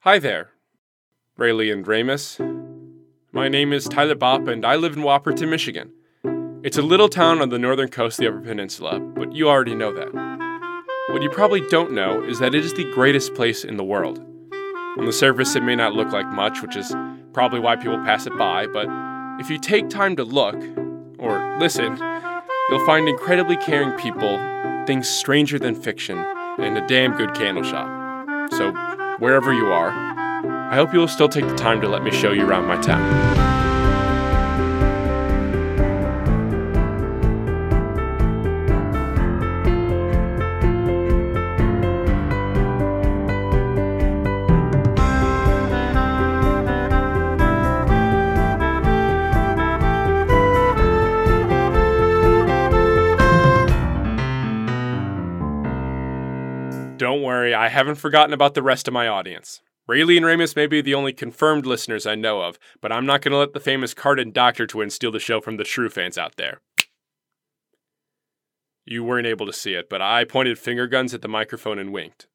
Hi there, Rayleigh and Ramus. My name is Tyler Bopp, and I live in Whopperton, Michigan. It's a little town on the northern coast of the Upper Peninsula, but you already know that. What you probably don't know is that it is the greatest place in the world. On the surface, it may not look like much, which is probably why people pass it by, but if you take time to look, or listen, you'll find incredibly caring people, things stranger than fiction, and a damn good candle shop. So, wherever you are, I hope you'll still take the time to let me show you around my town. Don't worry, I haven't forgotten about the rest of my audience. Rayleigh and Ramus may be the only confirmed listeners I know of, but I'm not going to let the famous Card and Doctor twins steal the show from the true fans out there. You weren't able to see it, but I pointed finger guns at the microphone and winked.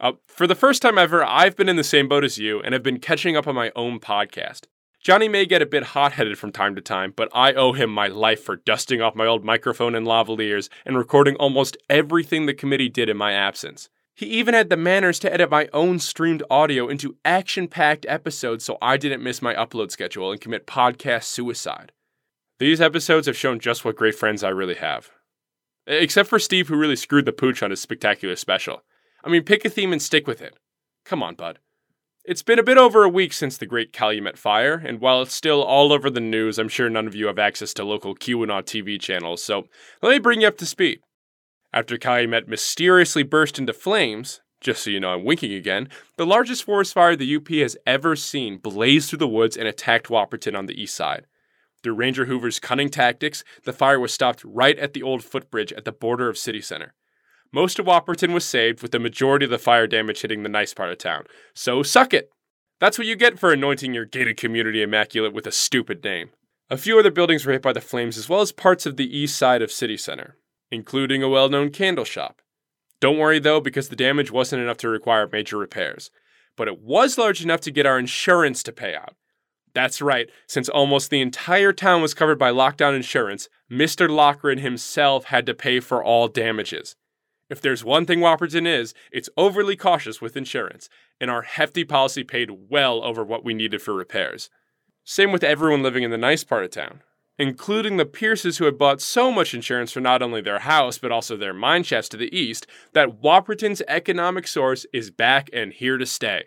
Uh, for the first time ever, I've been in the same boat as you and have been catching up on my own podcast. Johnny may get a bit hot headed from time to time, but I owe him my life for dusting off my old microphone and lavaliers and recording almost everything the committee did in my absence. He even had the manners to edit my own streamed audio into action packed episodes so I didn't miss my upload schedule and commit podcast suicide. These episodes have shown just what great friends I really have. E, Except for Steve, who really screwed the pooch on his spectacular special. I mean, pick a theme and stick with it. Come on, bud. It's been a bit over a week since the Great Calumet Fire, and while it's still all over the news, I'm sure none of you have access to local QAnon TV channels, so let me bring you up to speed. After Calumet mysteriously burst into flames, just so you know I'm winking again, the largest forest fire the UP has ever seen blazed through the woods and attacked Whopperton on the east side. Through Ranger Hoover's cunning tactics, the fire was stopped right at the old footbridge at the border of City Center. Most of Whopperton was saved, with the majority of the fire damage hitting the nice part of town. So suck it! That's what you get for anointing your gated community immaculate with a stupid name. A few other buildings were hit by the flames, as well as parts of the east side of City Center, including a well known candle shop. Don't worry though, because the damage wasn't enough to require major repairs, but it was large enough to get our insurance to pay out. That's right, since almost the entire town was covered by lockdown insurance, Mr. Lochran himself had to pay for all damages. If there's one thing Whopperton is, it's overly cautious with insurance, and our hefty policy paid well over what we needed for repairs. Same with everyone living in the nice part of town, including the Pierces who had bought so much insurance for not only their house but also their mine shafts to the east that Whopperton's economic source is back and here to stay.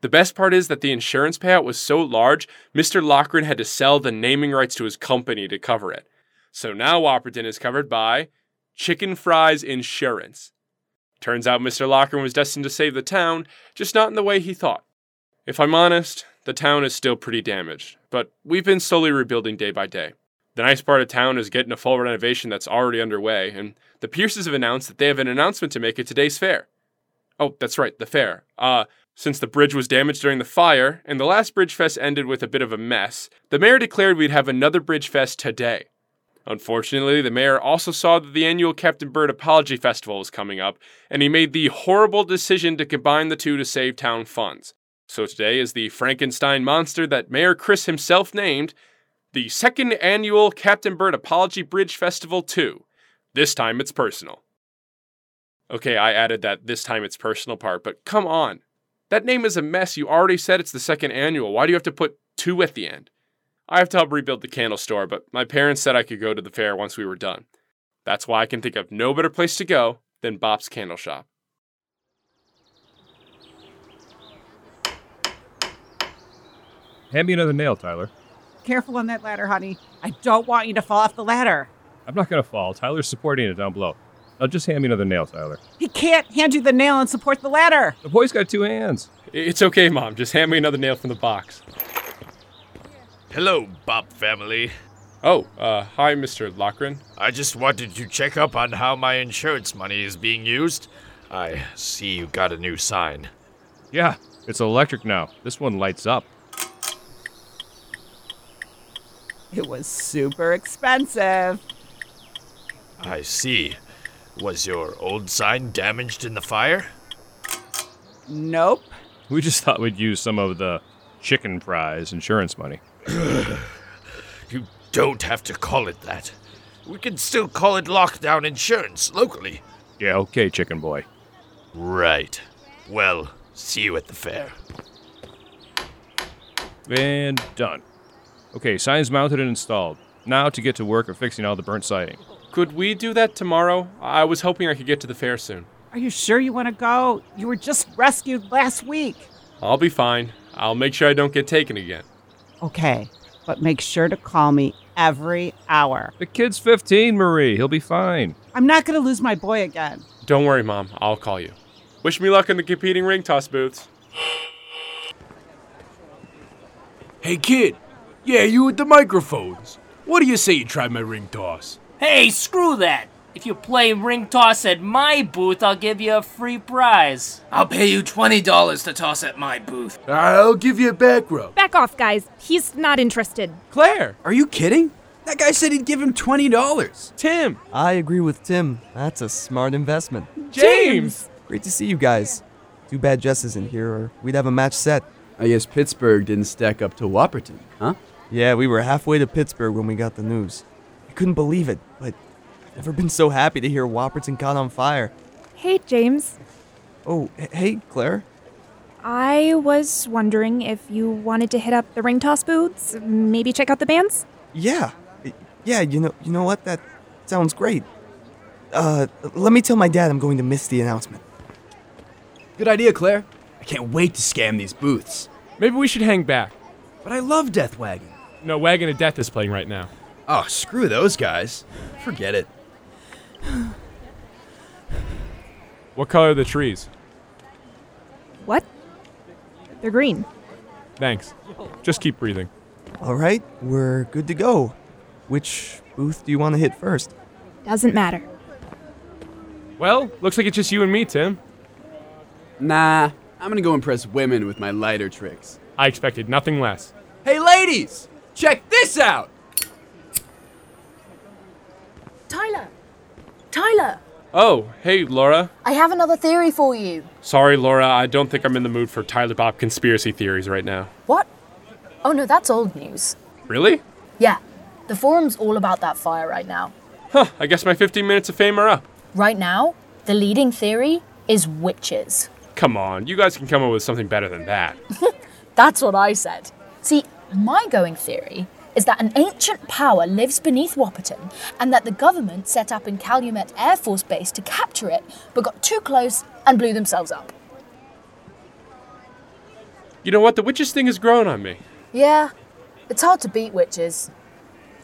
The best part is that the insurance payout was so large, Mr. Lochran had to sell the naming rights to his company to cover it. So now Whopperton is covered by Chicken Fries Insurance. Turns out Mr. Lochran was destined to save the town, just not in the way he thought. If I'm honest, the town is still pretty damaged, but we've been slowly rebuilding day by day. The nice part of town is getting a full renovation that's already underway, and the Pierces have announced that they have an announcement to make at today's fair. Oh, that's right, the fair. Uh, since the bridge was damaged during the fire, and the last Bridge Fest ended with a bit of a mess, the mayor declared we'd have another Bridge Fest today. Unfortunately, the mayor also saw that the annual Captain Bird Apology Festival was coming up, and he made the horrible decision to combine the two to save town funds. So today is the Frankenstein monster that Mayor Chris himself named the second annual Captain Bird Apology Bridge Festival 2. This time it's personal. Okay, I added that this time it's personal part, but come on. That name is a mess. You already said it's the second annual. Why do you have to put two at the end? I have to help rebuild the candle store, but my parents said I could go to the fair once we were done. That's why I can think of no better place to go than Bob's Candle Shop. Hand me another nail, Tyler. Careful on that ladder, honey. I don't want you to fall off the ladder. I'm not gonna fall. Tyler's supporting it down below. Now just hand me another nail, Tyler. He can't hand you the nail and support the ladder. The boy's got two hands. I- It's okay, Mom. Just hand me another nail from the box. Hello, Bob family. Oh, uh, hi, Mr. Lochran. I just wanted to check up on how my insurance money is being used. I see you got a new sign. Yeah, it's electric now. This one lights up. It was super expensive. I see. Was your old sign damaged in the fire? Nope. We just thought we'd use some of the chicken prize insurance money. You don't have to call it that. We can still call it lockdown insurance locally. Yeah, okay, chicken boy. Right. Well, see you at the fair. And done. Okay, signs mounted and installed. Now to get to work of fixing all the burnt siding. Could we do that tomorrow? I was hoping I could get to the fair soon. Are you sure you want to go? You were just rescued last week. I'll be fine. I'll make sure I don't get taken again. Okay, but make sure to call me every hour. The kid's 15, Marie. He'll be fine. I'm not going to lose my boy again. Don't worry, Mom. I'll call you. Wish me luck in the competing ring toss booths. Hey, kid. Yeah, you with the microphones. What do you say you try my ring toss? Hey, screw that! If you play ring toss at my booth, I'll give you a free prize. I'll pay you $20 to toss at my booth. I'll give you a back rub. Back off, guys. He's not interested. Claire, are you kidding? That guy said he'd give him $20. Tim! I agree with Tim. That's a smart investment. James! Great to see you guys. Too bad Jess isn't here, or we'd have a match set. I guess Pittsburgh didn't stack up to Whopperton, huh? Yeah, we were halfway to Pittsburgh when we got the news. I couldn't believe it, but I've never been so happy to hear Whopperton caught on fire. Hey, James. Oh, h- hey, Claire. I was wondering if you wanted to hit up the ring toss booths, maybe check out the bands? Yeah, y- yeah. You know, you know what? That sounds great. Uh, let me tell my dad I'm going to miss the announcement. Good idea, Claire. I can't wait to scam these booths. Maybe we should hang back. But I love Death Wagon. No, Wagon of Death is playing right now. Oh, screw those guys. Forget it. What color are the trees? What? They're green. Thanks. Just keep breathing. All right, we're good to go. Which booth do you want to hit first? Doesn't matter. Well, looks like it's just you and me, Tim. Nah, I'm gonna go impress women with my lighter tricks. I expected nothing less. Hey, ladies! Check this out! Tyler! Tyler! Oh, hey, Laura. I have another theory for you. Sorry, Laura, I don't think I'm in the mood for Tyler Bob conspiracy theories right now. What? Oh no, that's old news. Really? Yeah, the forum's all about that fire right now. Huh, I guess my 15 minutes of fame are up. Right now, the leading theory is witches. Come on, you guys can come up with something better than that. That's what I said. See, my going theory is that an ancient power lives beneath Whopperton and that the government set up in Calumet Air Force Base to capture it, but got too close and blew themselves up. You know what? The witches thing is growing on me. Yeah, it's hard to beat witches.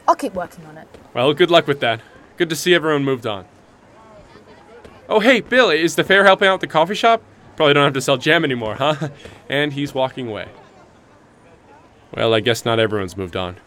I'll keep working on it. Well, good luck with that. Good to see everyone moved on. Oh, hey, Bill, is the fair helping out at the coffee shop? Probably don't have to sell jam anymore, huh? And he's walking away. Well, I guess not everyone's moved on.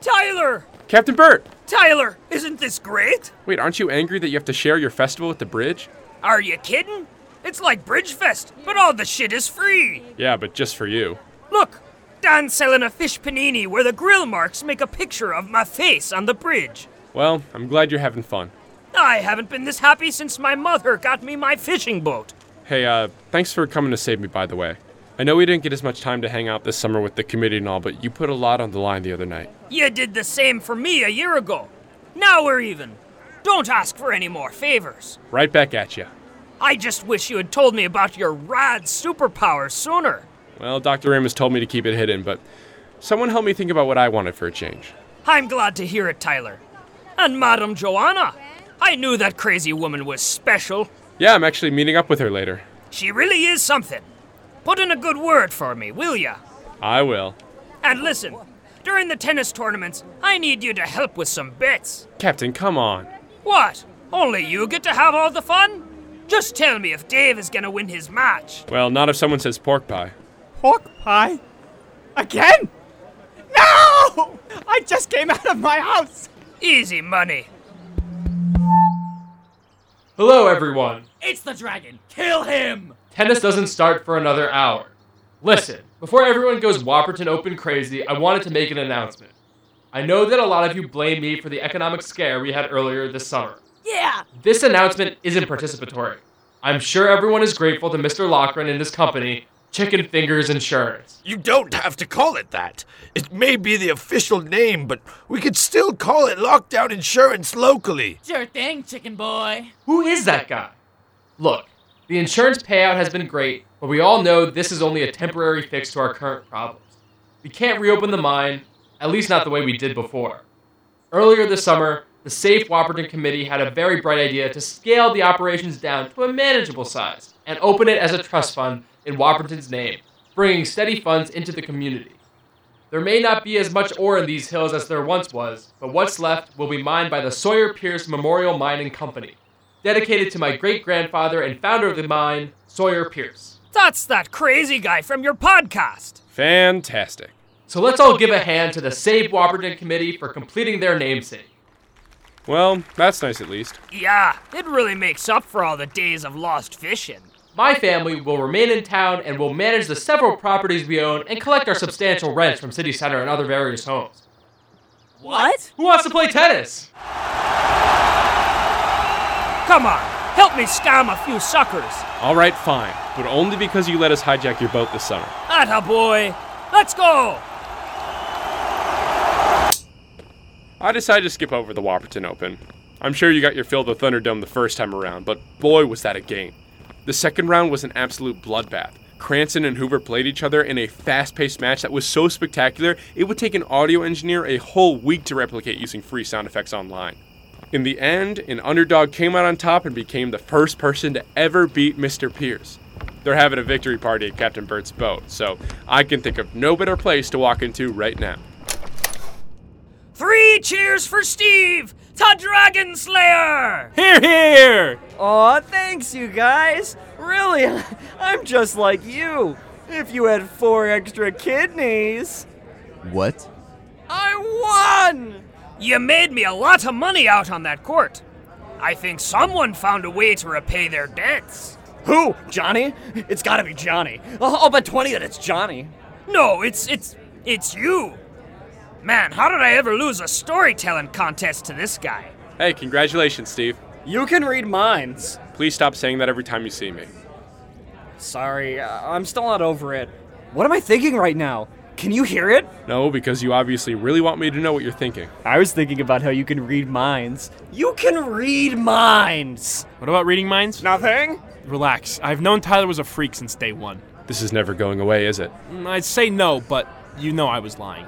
Tyler! Captain Bert! Tyler, isn't this great? Wait, aren't you angry that you have to share your festival at the bridge? Are you kidding? It's like Bridgefest, but all the shit is free. Yeah, but just for you. Look, Don's selling a fish panini where the grill marks make a picture of my face on the bridge. Well, I'm glad you're having fun. I haven't been this happy since my mother got me my fishing boat. Hey, uh, thanks for coming to save me, by the way. I know we didn't get as much time to hang out this summer with the committee and all, but you put a lot on the line the other night. You did the same for me a year ago. Now we're even. Don't ask for any more favors. Right back at you. I just wish you had told me about your rad superpower sooner. Well, Dr. Amos told me to keep it hidden, but someone helped me think about what I wanted for a change. I'm glad to hear it, Tyler. And Madame Joanna. I knew that crazy woman was special. Yeah, I'm actually meeting up with her later. She really is something. Put in a good word for me, will ya? I will. And listen, during the tennis tournaments, I need you to help with some bets. Captain, come on. What? Only you get to have all the fun? Just tell me if Dave is gonna win his match. Well, not if someone says pork pie. Pork pie? Again? No! I just came out of my house! Easy money. Hello, everyone. It's the dragon. Kill him! Tennis doesn't start for another hour. Listen, before everyone goes Whopperton open crazy, I wanted to make an announcement. I know that a lot of you blame me for the economic scare we had earlier this summer. Yeah! This announcement isn't participatory. I'm sure everyone is grateful to Mr. Lochran and his company Chicken Fingers Insurance. You don't have to call it that. It may be the official name, but we could still call it lockdown insurance locally. Sure thing, chicken boy. Who is that guy? Look, the insurance payout has been great, but we all know this is only a temporary fix to our current problems. We can't reopen the mine, at least not the way we did before. Earlier this summer, the Safe Whopperton Committee had a very bright idea to scale the operations down to a manageable size and open it as a trust fund in Whopperton's name, bringing steady funds into the community. There may not be as much ore in these hills as there once was, but what's left will be mined by the Sawyer Pierce Memorial Mining Company, dedicated to my great grandfather and founder of the mine, Sawyer Pierce. That's that crazy guy from your podcast. Fantastic. So let's all give a hand to the Save Whopperton Committee for completing their namesake. Well, that's nice at least. Yeah, it really makes up for all the days of lost fishing. My family will remain in town and will manage the several properties we own and collect our substantial rents from City Center and other various homes. What? Who wants to play tennis? Come on, help me scam a few suckers. All right, fine, but only because you let us hijack your boat this summer. Atta boy, let's go. I decided to skip over the Whopperton Open. I'm sure you got your fill of the Thunderdome the first time around, but boy was that a game. The second round was an absolute bloodbath. Cranston and Hoover played each other in a fast paced match that was so spectacular it would take an audio engineer a whole week to replicate using free sound effects online. In the end, an underdog came out on top and became the first person to ever beat Mr. Pierce. They're having a victory party at Captain Bert's boat, so I can think of no better place to walk into right now. Three cheers for Steve, the Dragon Slayer! Here, here! Aw, thanks, you guys. Really, I'm just like you. If you had four extra kidneys. What? I won! You made me a lot of money out on that court. I think someone found a way to repay their debts. Who? Johnny? It's gotta be Johnny. I'll, I'll bet 20 that it's Johnny. No, it's, it's, it's you. Man, how did I ever lose a storytelling contest to this guy? Hey, congratulations, Steve. You can read minds. Please stop saying that every time you see me. Sorry, uh, I'm still not over it. What am I thinking right now? Can you hear it? No, because you obviously really want me to know what you're thinking. I was thinking about how you can read minds. You can read minds! What about reading minds? Nothing? Relax. I've known Tyler was a freak since day one. This is never going away, is it? I'd say no, but you know I was lying.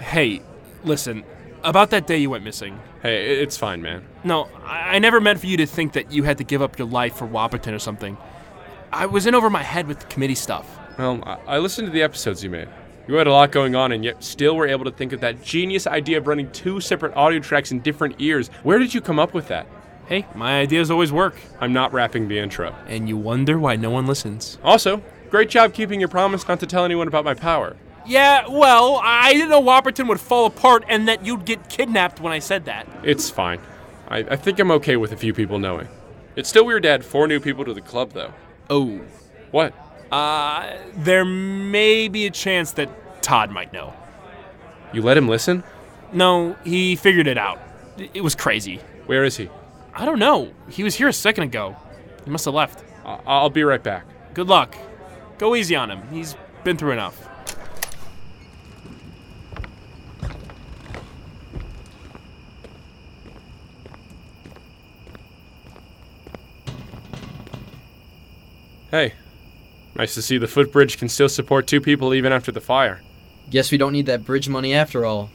Hey, listen, about that day you went missing. Hey, it's fine, man. No, I-, I never meant for you to think that you had to give up your life for Whopperton or something. I was in over my head with the committee stuff. Well, I, I listened to the episodes you made. You had a lot going on, and yet still were able to think of that genius idea of running two separate audio tracks in different ears. Where did you come up with that? Hey, my ideas always work. I'm not rapping the intro. And you wonder why no one listens. Also, great job keeping your promise not to tell anyone about my power. Yeah, well, I didn't know Whopperton would fall apart and that you'd get kidnapped when I said that. It's fine. I, I think I'm okay with a few people knowing. It's still weird to add four new people to the club, though. Oh. What? Uh, there may be a chance that Todd might know. You let him listen? No, he figured it out. It was crazy. Where is he? I don't know. He was here a second ago. He must have left. I- I'll be right back. Good luck. Go easy on him. He's been through enough. Hey, nice to see the footbridge can still support two people even after the fire. Guess we don't need that bridge money after all.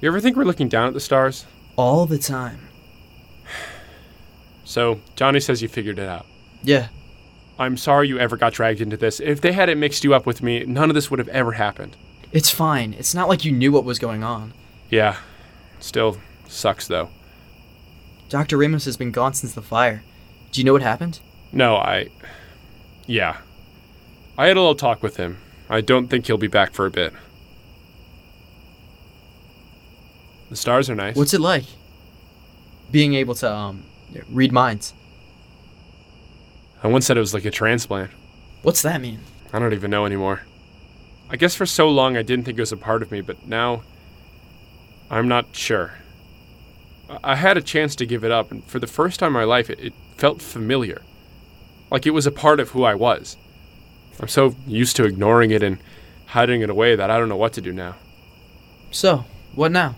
You ever think we're looking down at the stars? All the time. So, Johnny says you figured it out. Yeah. I'm sorry you ever got dragged into this. If they hadn't mixed you up with me, none of this would have ever happened. It's fine. It's not like you knew what was going on. Yeah. Still sucks, though. Dr. Ramos has been gone since the fire. Do you know what happened? No, I. Yeah. I had a little talk with him. I don't think he'll be back for a bit. The stars are nice. What's it like? Being able to, um, read minds. I once said it was like a transplant. What's that mean? I don't even know anymore. I guess for so long I didn't think it was a part of me, but now. I'm not sure. I had a chance to give it up, and for the first time in my life, it, it felt familiar. like it was a part of who I was. I'm so used to ignoring it and hiding it away that I don't know what to do now. So, what now?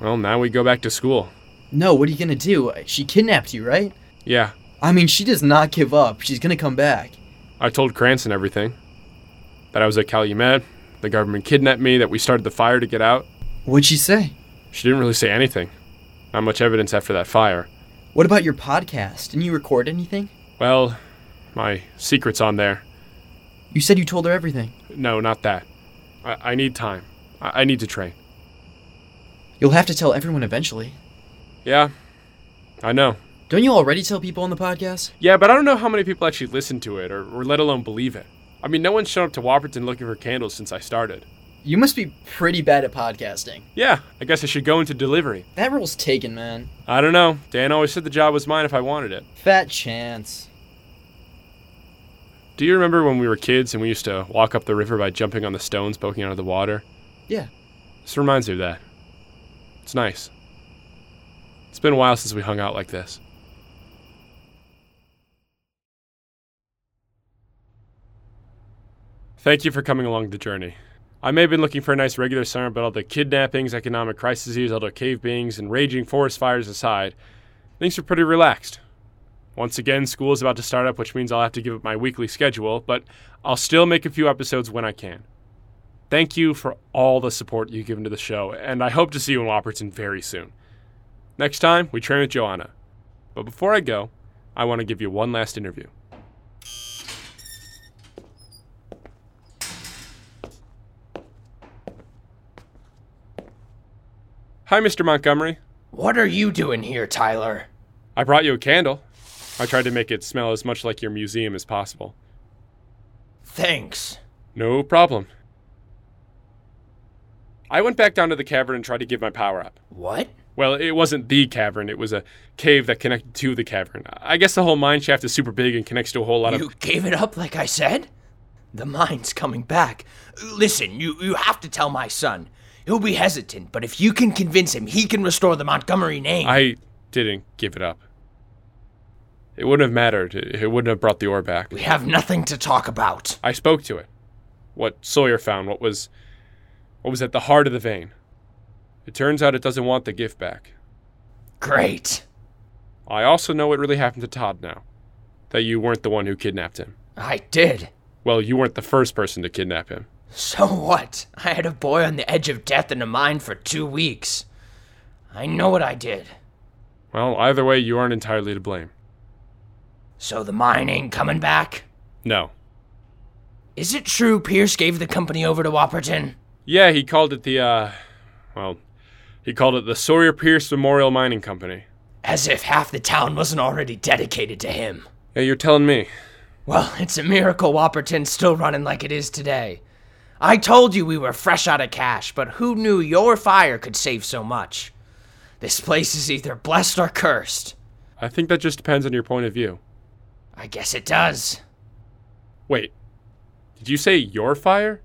Well, now we go back to school. No, what are you gonna do? She kidnapped you, right? Yeah, I mean, she does not give up. She's gonna come back. I told Cranston everything. That I was at Calumet, the government kidnapped me, that we started the fire to get out. What'd she say? She didn't really say anything. Not much evidence after that fire. What about your podcast? Didn't you record anything? Well, my secret's on there. You said you told her everything. No, not that. I, I need time. I-, I need to train. You'll have to tell everyone eventually. Yeah, I know. Don't you already tell people on the podcast? Yeah, but I don't know how many people actually listen to it or, or let alone believe it. I mean, no one's shown up to Whopperton looking for candles since I started. You must be pretty bad at podcasting. Yeah, I guess I should go into delivery. That role's taken, man. I don't know. Dan always said the job was mine if I wanted it. Fat chance. Do you remember when we were kids and we used to walk up the river by jumping on the stones poking out of the water? Yeah. This reminds me of that. It's nice. It's been a while since we hung out like this. Thank you for coming along the journey. I may have been looking for a nice regular summer, but all the kidnappings, economic crises, all the cave beings, and raging forest fires aside, things are pretty relaxed. Once again, school is about to start up, which means I'll have to give up my weekly schedule, but I'll still make a few episodes when I can. Thank you for all the support you've given to the show, and I hope to see you in Whopperton very soon. Next time, we train with Joanna. But before I go, I want to give you one last interview. Hi, Mr. Montgomery. What are you doing here, Tyler? I brought you a candle. I tried to make it smell as much like your museum as possible. Thanks. No problem. I went back down to the cavern and tried to give my power up. What? Well, it wasn't the cavern, it was a cave that connected to the cavern. I guess the whole mine shaft is super big and connects to a whole lot You of. gave it up like I said? The mine's coming back. Listen, you, you have to tell my son. He'll be hesitant, but if you can convince him, he can restore the Montgomery name. I didn't give it up. It wouldn't have mattered. It it wouldn't have brought the ore back. We have nothing to talk about. I spoke to it. What Sawyer found, what was what was at the heart of the vein. It turns out it doesn't want the gift back. Great. I also know what really happened to Todd now. That you weren't the one who kidnapped him. I did. Well, you weren't the first person to kidnap him. So what? I had a boy on the edge of death in a mine for two weeks. I know what I did. Well, either way, you aren't entirely to blame. So the mine ain't coming back? No. Is it true Pierce gave the company over to Whopperton? Yeah, he called it the, uh, well, he called it the Sawyer Pierce Memorial Mining Company. As if half the town wasn't already dedicated to him. Yeah, you're telling me. Well, it's a miracle Whopperton's still running like it is today. I told you we were fresh out of cash, but who knew your fire could save so much? This place is either blessed or cursed. I think that just depends on your point of view. I guess it does. Wait, did you say your fire?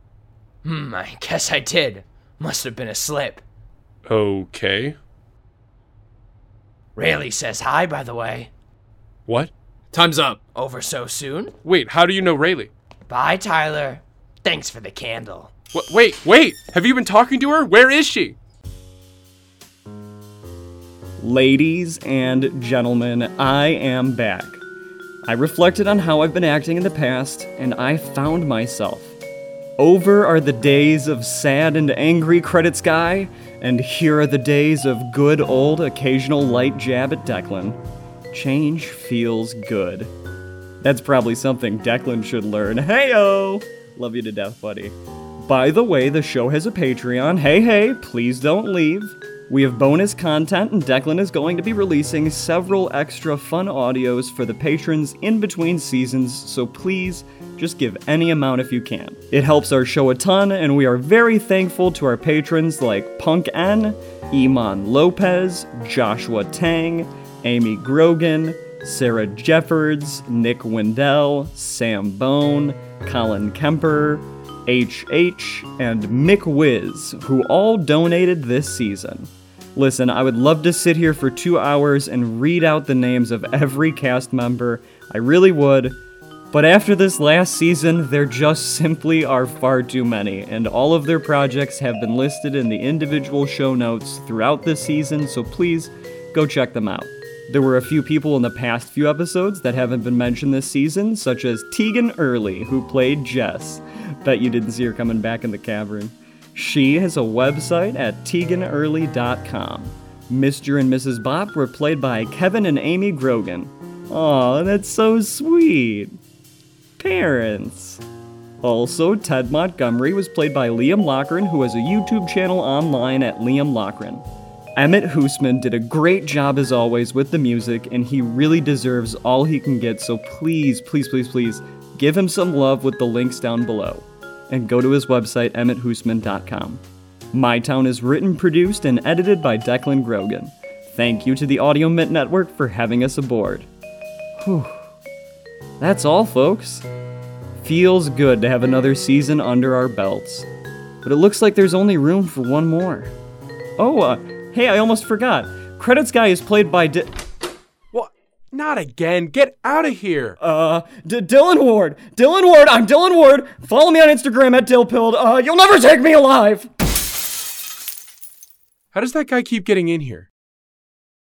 Hmm, I guess I did. Must have been a slip. Okay. Rayleigh says hi, by the way. What? Time's up. Over so soon? Wait, how do you know Rayleigh? Bye, Tyler. Thanks for the candle. Wh- wait, wait! Have you been talking to her? Where is she? Ladies and gentlemen, I am back. I reflected on how I've been acting in the past, and I found myself. Over are the days of sad and angry credit sky, and here are the days of good old occasional light jab at Declan. Change feels good. That's probably something Declan should learn. Heyo! Love you to death, buddy. By the way, the show has a Patreon. Hey, hey, please don't leave. We have bonus content, and Declan is going to be releasing several extra fun audios for the patrons in between seasons, so please just give any amount if you can. It helps our show a ton, and we are very thankful to our patrons like Punk N, Iman Lopez, Joshua Tang, Amy Grogan, Sarah Jeffords, Nick Wendell, Sam Bone, Colin Kemper, HH, and Mick Wiz, who all donated this season. Listen, I would love to sit here for two hours and read out the names of every cast member I really would. But after this last season, there just simply are far too many, and all of their projects have been listed in the individual show notes throughout this season, so please go check them out. There were a few people in the past few episodes that haven't been mentioned this season, such as Tegan Early, who played Jess. Bet you didn't see her coming back in the cavern. She has a website at teganearly.com. Mr. and Mrs. Bop were played by Kevin and Amy Grogan. Aw, that's so sweet. Parents. Also, Ted Montgomery was played by Liam Lochran, who has a YouTube channel online at Liam Lochran. Emmett Hoosman did a great job as always with the music, and he really deserves all he can get, so please, please, please, please give him some love with the links down below. And go to his website, emmetthoosman.com. My Town is written, produced, and edited by Declan Grogan. Thank you to the Audio Mint Network for having us aboard. Whew. That's all, folks. Feels good to have another season under our belts. But it looks like there's only room for one more. Oh, uh, hey, I almost forgot. Credits Guy is played by Di- Not again. Get out of here. Uh, D- Dylan Ward. Dylan Ward, I'm Dylan Ward. Follow me on Instagram at Dillpilled. Uh, you'll never take me alive! How does that guy keep getting in here?